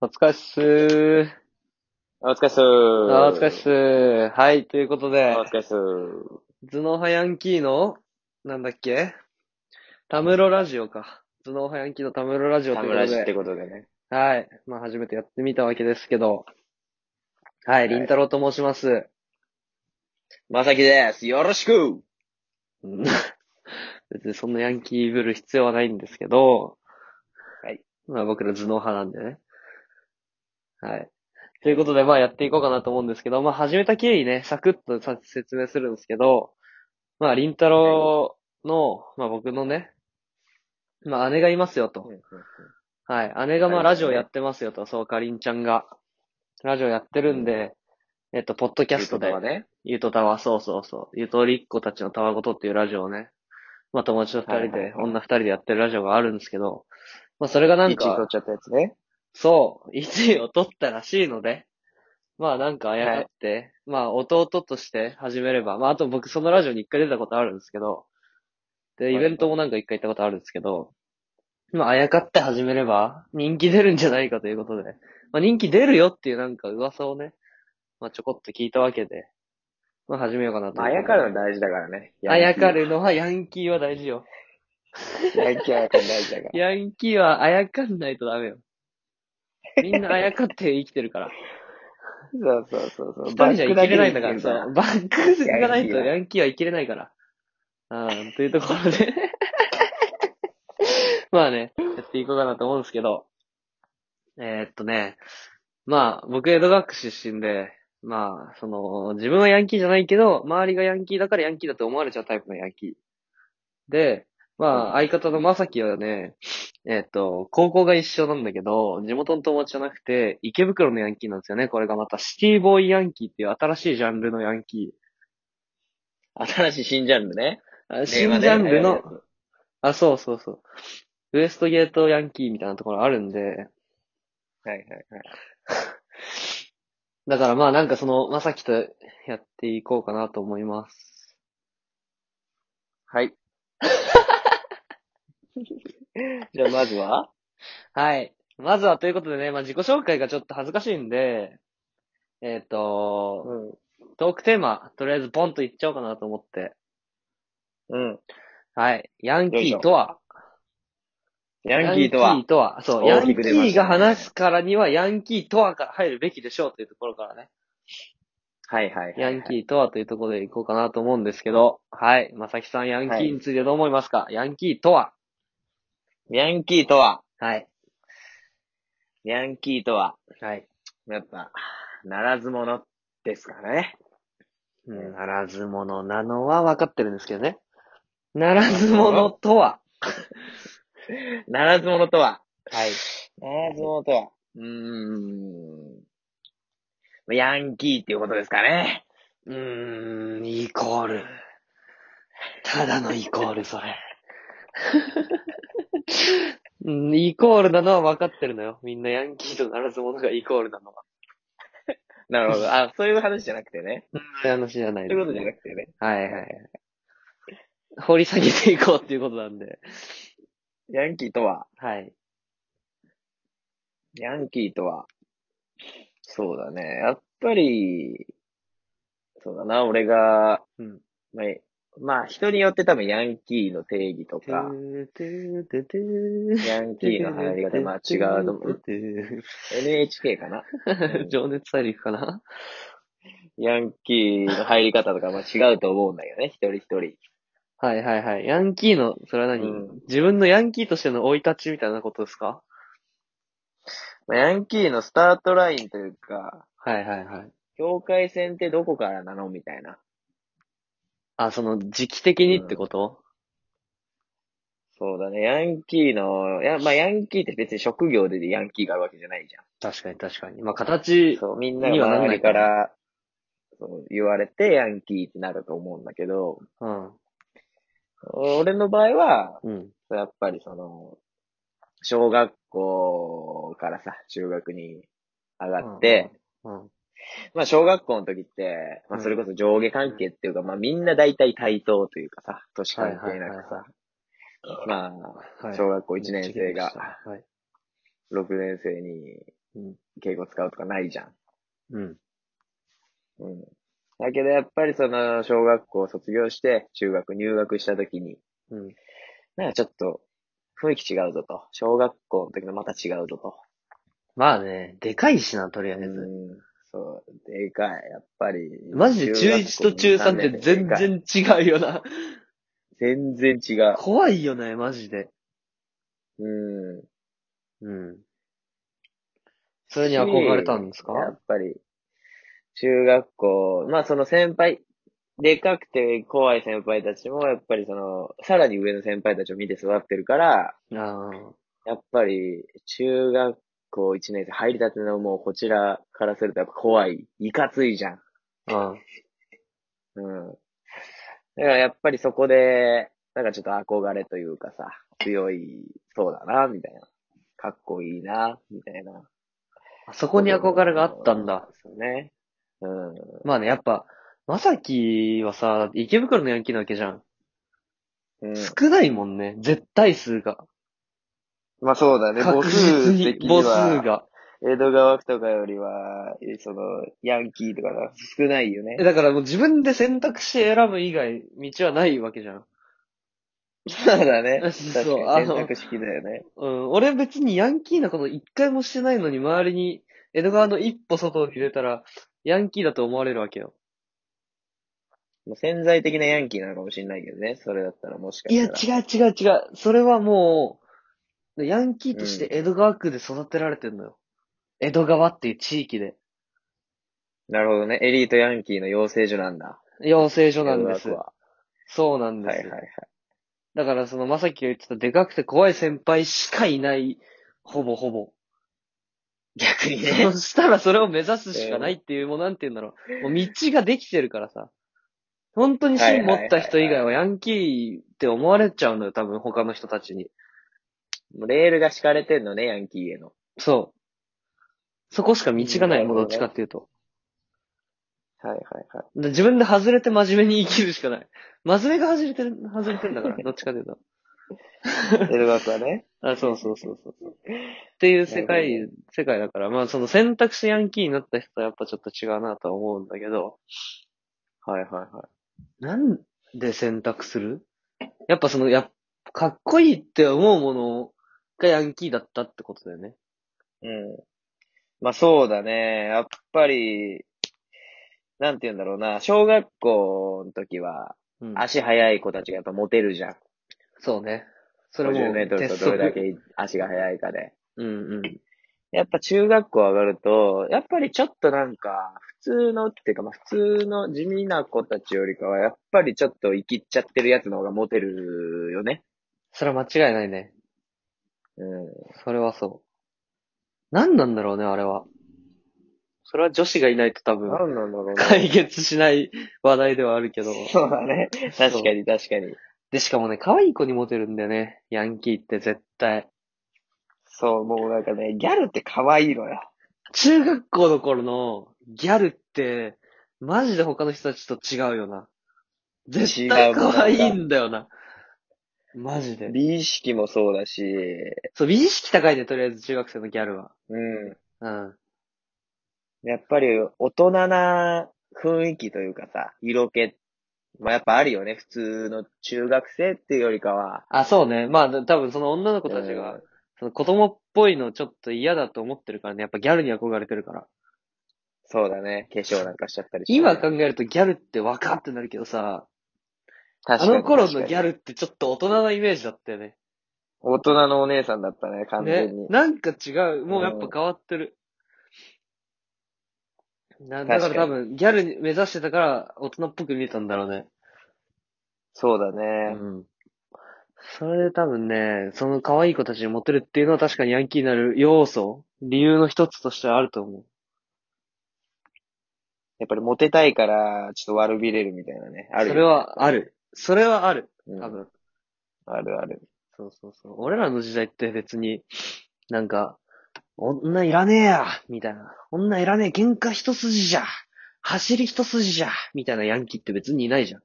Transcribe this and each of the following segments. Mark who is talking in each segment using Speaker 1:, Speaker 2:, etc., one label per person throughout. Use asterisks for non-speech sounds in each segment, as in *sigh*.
Speaker 1: お疲れっすー。
Speaker 2: お疲れっすー。お
Speaker 1: お疲れっすー。はい、ということで
Speaker 2: お、疲れっすー。
Speaker 1: 頭脳派ヤンキーの、なんだっけタムロラジオか。頭脳派ヤンキーのタムロラジオと
Speaker 2: サ
Speaker 1: いう
Speaker 2: ム
Speaker 1: こ
Speaker 2: ラ
Speaker 1: と
Speaker 2: ジって
Speaker 1: で、
Speaker 2: ことでね。
Speaker 1: はい。まあ、初めてやってみたわけですけど、はい、りんたろうと申します。
Speaker 2: まさきです。よろしく
Speaker 1: うん *laughs* 別にそんなヤンキーぶる必要はないんですけど、
Speaker 2: はい。
Speaker 1: まあ僕ら頭脳派なんでね。はい。ということで、まあやっていこうかなと思うんですけど、まあ始めた経緯ね、サクッとさ説明するんですけど、まあ、りんたろうの、まあ僕のね、まあ姉がいますよと。はい。姉がまあ
Speaker 2: はい
Speaker 1: ラジオやってますよと、そうかりんちゃんが。ラジオやってるんで、えっと、ポッドキャストで
Speaker 2: は、ね。
Speaker 1: ゆとたわ、そうそうそう。ゆとりっ子たちのたわごとっていうラジオをね、まあ友達と二人
Speaker 2: はいは
Speaker 1: で
Speaker 2: い、はい
Speaker 1: 女二人でやってるラジオがあるんですけど、まあそれがな
Speaker 2: なん
Speaker 1: ん
Speaker 2: か。取っ
Speaker 1: か、
Speaker 2: ちゃったやつね。
Speaker 1: そう、1位を *laughs* 取ったらしいので、まあなんかあやかって、まあ弟として始めれば、まああと僕そのラジオに一回出たことあるんですけど、で、
Speaker 2: はい
Speaker 1: イベントもなんか一回行ったことあるんですけど、まああやかって始めれば人気出るんじゃないかということで、まあ人気出るよっていうなんか噂をね、まあちょこっと聞いたわけで、まあ始めようかなと
Speaker 2: あ
Speaker 1: 思って。
Speaker 2: やかるの大事だからね。
Speaker 1: あやか
Speaker 2: る。
Speaker 1: るのはヤンキーは大事よ。
Speaker 2: ヤンキーあやかるの大事だから。
Speaker 1: ヤンキーはあやかんないとダメよ。みんなあやかって生きてるから。
Speaker 2: そうそうそうそう。
Speaker 1: 一人じゃ生きれないんだか
Speaker 2: バッ
Speaker 1: ら、
Speaker 2: クだけで生きてる
Speaker 1: そう。バックがないと
Speaker 2: ヤンキー
Speaker 1: ヤンキー
Speaker 2: は
Speaker 1: は生きれないから。うん、というところで。まあね、やっていこうかなと思うんですけど。えーっとね、まあ、僕、江戸川区出身で、まあ、その、自分はヤンキーじゃないけど、周りがヤンキーだからヤンキーだと思われちゃうタイプのヤンキー。で、まあ、相方のまさきはね、えーっと、高校が一緒なんだけど、地元の友達じゃなくて、池袋のヤンキーなんですよね。これがまた、シティボーイヤンキーっていう新しいジャンルのヤンキ
Speaker 2: 新しい新ジャンルね。
Speaker 1: ー。あ新ジャンルの、あ、そうそうそう。ウエストゲートヤンキーみたいなところあるんで、
Speaker 2: はいはいはい。
Speaker 1: だからまあなんかその、まさきとやっていこうかなと思います。
Speaker 2: はい。じゃあまずは
Speaker 1: はい。まずはということでね、まあ自己紹介がちょっと恥ずかしいんで、えっ、と、
Speaker 2: ん。
Speaker 1: トークテーマ、とりあえずポンといっちゃおうかなと思って。
Speaker 2: うん。
Speaker 1: はい。ヤンキーとは
Speaker 2: ヤンキーとは
Speaker 1: ヤンキーとはそう。ヤ
Speaker 2: 大
Speaker 1: ン
Speaker 2: き
Speaker 1: キ
Speaker 2: く出ましたね
Speaker 1: ーが話すからには、ヤンキーとはから入るべきでしょうというところからね。
Speaker 2: はいはいはい。
Speaker 1: ヤンキーとはというところでいこうかなと思うんですけど、はい。まさきさん、ヤンキーについてどう思いますか、ヤンキーとは
Speaker 2: ヤンキーとは、
Speaker 1: はい。
Speaker 2: ヤンキーとは、
Speaker 1: はい。
Speaker 2: やっぱ、ならず者ですかね。
Speaker 1: うんならず者なのは分かってるんですけどね。ならず者とは
Speaker 2: ならず者とは、
Speaker 1: はい。
Speaker 2: ならず者とは、うーん。ヤンキーっていうことですかね。
Speaker 1: うーん、イコール。ただのイコール、それ。うんイコールなのは分かってるのよ。みんなヤンキーとならず者がイコールなのは。
Speaker 2: なるほ *laughs* ど。あ、そういう話じゃなくてね。
Speaker 1: そういう話じゃない
Speaker 2: そういうことじゃなくてね。
Speaker 1: はいはいはい。掘り下げていこうっていうことなんで。
Speaker 2: ヤンキーとは、
Speaker 1: はい。
Speaker 2: ヤンキーとは、そうだね。やっぱり、そうだな、俺が、
Speaker 1: うん。
Speaker 2: まあ、まあ、人によって多分ヤンキーの定義とか、ヤンキーの流行り方、まあ違うと思う。NHK かな
Speaker 1: *laughs* 情熱大陸かな
Speaker 2: ヤンキーの入り方とか、まあ違うと思うんだよね、一人一人。
Speaker 1: はいはいはい。ヤンキーの、それは何、
Speaker 2: うん
Speaker 1: 自分のヤンキーとしての生い立ちみたいなことですか
Speaker 2: まあヤンキーのスタートラインというか、
Speaker 1: はいはいはい。
Speaker 2: 境界線ってどこからなのみたいな。
Speaker 1: あ、その、時期的にってこと、
Speaker 2: そうだね、ヤンキーの、や、まあヤンキーって別に職業でヤンキーがあるわけじゃないじゃ
Speaker 1: 確かに確かに。まあ、形
Speaker 2: ん。、そう、みんな
Speaker 1: にはな
Speaker 2: が
Speaker 1: らない
Speaker 2: 周りから、そう、言われてヤンキーってなると思うんだけど、
Speaker 1: うん。
Speaker 2: 俺の場合は、
Speaker 1: うん。
Speaker 2: やっぱりその、小学校からさ、中学に上がって、
Speaker 1: うん。
Speaker 2: まあ、小学校の時って、ま
Speaker 1: う
Speaker 2: あ、
Speaker 1: ん
Speaker 2: それこそ上下関係っていうか、まあ、みんな大体対等というかさ、年関係なく
Speaker 1: は
Speaker 2: さ、まあ、
Speaker 1: はい。
Speaker 2: 小学校1年生が
Speaker 1: はい。
Speaker 2: 6年生に
Speaker 1: うん
Speaker 2: 敬語使うとかないじゃん。
Speaker 1: うん。
Speaker 2: うん。だけどやっぱりその、小学校卒業して、中学入学した時に、
Speaker 1: うん。
Speaker 2: なんかちょっと、雰囲気違うぞと。小学校の時のまた違うぞと。
Speaker 1: まあね、でかいしな、とりあえ
Speaker 2: う
Speaker 1: ず。
Speaker 2: ん。そう、でかい。やっぱり。
Speaker 1: マジで中1と中3って全
Speaker 2: 中学校の三年
Speaker 1: 然違うよな。
Speaker 2: 生。全然違う。
Speaker 1: 怖いよね、マジで。
Speaker 2: うん。
Speaker 1: うん。それに憧れたんですか
Speaker 2: やっぱり、中学校、まあその先輩、でかくて怖い先輩たちも、やっぱりその、さらに上の先輩たちを見て育ってるから、
Speaker 1: あ
Speaker 2: やっぱり、中学校1年生入りたてのもうこちらからするとやっぱ怖い。いかついじゃん。
Speaker 1: あ。ああ。
Speaker 2: うん。だからやっぱりそこで、なんかちょっと憧れというかさ、強い、そうだな、みたいな。かっこいいな、みたいな。
Speaker 1: あそこに憧れがあったんだ。。
Speaker 2: そうね。うん。
Speaker 1: まあね、やっぱ、まさきはさ、池袋のヤンキーなわけじゃん。
Speaker 2: うん、
Speaker 1: 少ないもんね。絶対数が。
Speaker 2: まあそうだね、母
Speaker 1: 確
Speaker 2: 数
Speaker 1: 実
Speaker 2: 的
Speaker 1: に
Speaker 2: に
Speaker 1: 母
Speaker 2: は。
Speaker 1: 数が。
Speaker 2: 江戸川区とかよりは、その、ヤンキーとかが少ないよね
Speaker 1: え。だからもう自分で選択肢選ぶ以外、道はないわけじゃん。
Speaker 2: そうだね。
Speaker 1: そう
Speaker 2: 確か
Speaker 1: あ
Speaker 2: に
Speaker 1: の
Speaker 2: 選択式だよね。
Speaker 1: うん、俺別にヤンキーなこと一回もしてないのに、周りに江戸川の一歩外に出たら、ヤンキーだと思われるわけよ。
Speaker 2: もう潜在的なヤンキーなのかもしれないけどね。それだったらもしか
Speaker 1: いや、
Speaker 2: し
Speaker 1: 違
Speaker 2: たら。
Speaker 1: う違う違う。それはもう、ヤンキーとして江戸川区で育てられてんのよ。江戸川っていう地域で。
Speaker 2: なるほどね。エリートヤンキーの養成所なんだ。
Speaker 1: 養成所
Speaker 2: そ
Speaker 1: なんです。
Speaker 2: は
Speaker 1: そうなん
Speaker 2: い
Speaker 1: で
Speaker 2: はい
Speaker 1: す。
Speaker 2: はい。
Speaker 1: だからその、まさきが言ってたでかくて怖い先輩しかいない。ほぼほぼ。
Speaker 2: 逆に
Speaker 1: *laughs*
Speaker 2: ね
Speaker 1: そ。したらそれを目指すしかないっていう、もうなんて言うんだろう。もう道ができてるからさ。本当に芯持った人以外はヤンキーって思われちゃうのよ、多分他の人たちに。
Speaker 2: もうレールが敷かれてんのね、ヤンキーへの。
Speaker 1: そう。そこしか道がない、
Speaker 2: うん
Speaker 1: もうどっちかっていうと。
Speaker 2: はいはいはい。
Speaker 1: で自分で外れて真面目に生きるしかない。真面目が外れてる、外れてん *laughs* だから、どっちかというと。
Speaker 2: 江戸川区はね。
Speaker 1: あ、そうそうそうそうそう。っていう世界、
Speaker 2: なる
Speaker 1: 世界だから、まあその選択肢ヤンキーになった人はやっぱちょっと違うなとは思うんだけど。
Speaker 2: はいはいは
Speaker 1: なんで選択するやっぱその、やっかっこいいって思うものがヤンキーだったってことだよね。
Speaker 2: い。うん。まあそうだね。やっぱり、なんて言うんだろうな。小学校の時は、
Speaker 1: うん。
Speaker 2: 足速い子たちがやっぱモテるじゃん。
Speaker 1: そうね。それも
Speaker 2: 50メートルと
Speaker 1: 鉄
Speaker 2: ど
Speaker 1: 則
Speaker 2: れだけ足が速いかで。
Speaker 1: うんうん。
Speaker 2: やっぱ中学校上がると、やっぱりちょっとなんか、普通のっていうか、まあ普通の地味な子たちよりかは、やっぱりちょっと生きっちゃってるやつの方がモテるよね。
Speaker 1: それは間違いないね。
Speaker 2: うん。
Speaker 1: それはそう。何なんだろうね、あれは。それは女子がいないと多分、
Speaker 2: なんなんだろうね。
Speaker 1: 解決しない話題ではあるけど。
Speaker 2: *laughs* そうだね。確かに確かに。
Speaker 1: で、しかもね、可愛い子にモテるんだよね。ヤンキーって絶対。
Speaker 2: そう、もうなんかね、ギャルって可愛いのよ。
Speaker 1: 中学校の頃のギャルって、マジで他の人たちと違うよな。絶対可愛いんだよな。マジで。
Speaker 2: 美意識もそうだし、
Speaker 1: そう、美意識高いね、とりあえず中学生のギャルは。
Speaker 2: うん。
Speaker 1: うん。
Speaker 2: やっぱり大人な雰囲気というかさ、色気、まあやっぱあるよね。普通の中学生っていうよりかは。
Speaker 1: あ、そうね。まあ、多分その女の子たち
Speaker 2: う
Speaker 1: が
Speaker 2: ん、
Speaker 1: その子供っぽいのちょっと嫌だと思ってるからね。やっぱギャルに憧れてるから。
Speaker 2: そうだね。化粧なんかしちゃったりしてね、
Speaker 1: 今考えるとギャルって若ってなるけどさ、あ
Speaker 2: あ
Speaker 1: の頃のギャ
Speaker 2: ル。
Speaker 1: ルってちょっと大人なイメージだったよね。
Speaker 2: 大人のお姉さんだったね、完
Speaker 1: ね
Speaker 2: 全に。、
Speaker 1: なんか違う。もうやっぱ変わってる。なだから
Speaker 2: 確か
Speaker 1: 多
Speaker 2: に
Speaker 1: 分、ギャルに目指してたから、大人っぽく見えたんだろうね。
Speaker 2: そうだ
Speaker 1: う
Speaker 2: ね。
Speaker 1: ん。それで多分ね、その可愛い子たちにモテるっていうのは確かにヤンキーになる要素、理由の一つとしてはあると思う。
Speaker 2: やっぱりモテたいから、ちょっと悪びれるみたいなね。あるよ
Speaker 1: それはある。それはある。
Speaker 2: うん
Speaker 1: 多分。
Speaker 2: あるある。
Speaker 1: そうそうそう。俺らの時代って別に、なんか、女いらねえやみたいな。女いらねえ喧嘩一筋じゃ走り一筋じゃみたいなヤンキーって別にいないじゃん。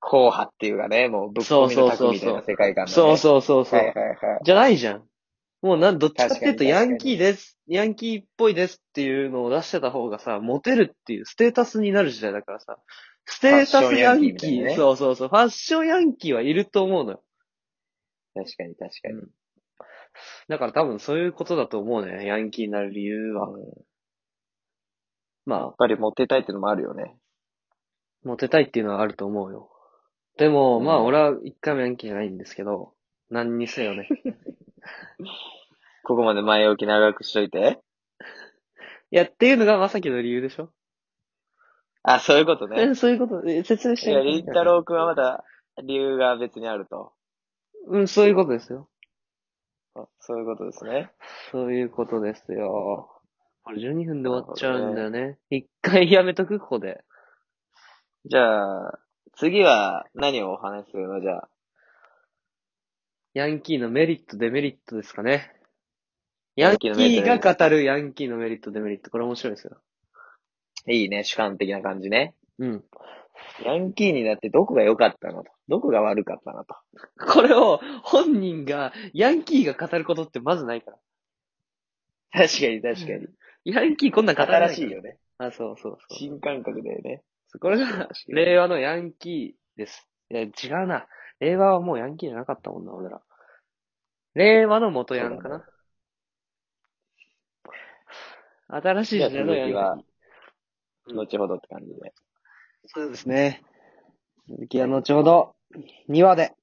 Speaker 2: 硬派っていうかね、もうぶっ込み
Speaker 1: そう
Speaker 2: の
Speaker 1: そうそうそう
Speaker 2: 卓みたいな世界観だね。
Speaker 1: そうそうそうそう、
Speaker 2: はいはいはい。
Speaker 1: じゃないじゃん。もうなん、どっちかっていう
Speaker 2: 確
Speaker 1: と、
Speaker 2: かに確
Speaker 1: ヤ
Speaker 2: かに
Speaker 1: ンキーです、ヤンキーっぽいですっていうのを出してた方がさ、モテるっていうステータスになる時代だからさ、ステータスヤンキー
Speaker 2: ファッションヤンキーみたいなね
Speaker 1: そうそうそう、ファッションヤンキーはいると思うのよ。
Speaker 2: 確かに確かに。
Speaker 1: だから多分そういうことだと思うね、ヤンキーになる理由は。
Speaker 2: や
Speaker 1: ま
Speaker 2: っぱりモテたいってのもあるよね。
Speaker 1: あ、モテたいっていうのはあると思うよ。でも、まあ
Speaker 2: うん
Speaker 1: 俺は一回もヤンキーじゃないんですけど、何にせよね。
Speaker 2: ここまで前置き長くしといて。
Speaker 1: いや、っていうのがまさきの理由でしょ
Speaker 2: あ、そういうことね。
Speaker 1: えそういうこと、え説明し
Speaker 2: い
Speaker 1: て
Speaker 2: や、りんたろうくんはまだ理由が別にあると。
Speaker 1: うん、そういうことですよ。
Speaker 2: あそういうことですね。
Speaker 1: そういうことですよ。これ12分で終わっちゃうんだよね。一回やめとく、ここで。
Speaker 2: じゃあ、次は何をお話しするのじゃあ。
Speaker 1: ヤンキーのメリット、デメリットですかね。ヤ
Speaker 2: ヤ
Speaker 1: ン
Speaker 2: ン
Speaker 1: キ
Speaker 2: キーのメリット
Speaker 1: ーが語るヤンキーのメリット、デメリット。これ面白いですよ。
Speaker 2: いいね、主観的な感じね。
Speaker 1: うん。
Speaker 2: ヤンキーになってどこが良かったのと。どこが悪かったのと。
Speaker 1: これを本人が、ヤンキーが語ることってまずないから。
Speaker 2: 確かに確かに。
Speaker 1: ヤンキーこんなん語らない。
Speaker 2: 新しい。よね。
Speaker 1: あ、そうそうそう
Speaker 2: 新感覚だよね。
Speaker 1: そう。これが、令和のヤンキーです。いや、違うな。令和はもうヤンキーじゃなかったもんな、俺ら。令和の元ヤンかな。新しい
Speaker 2: じゃあ
Speaker 1: 時代の
Speaker 2: 続
Speaker 1: ヤン
Speaker 2: き
Speaker 1: キー。、
Speaker 2: は
Speaker 1: うん
Speaker 2: 後ほどって感じで。
Speaker 1: そうですね。続きは後ほど、2話で。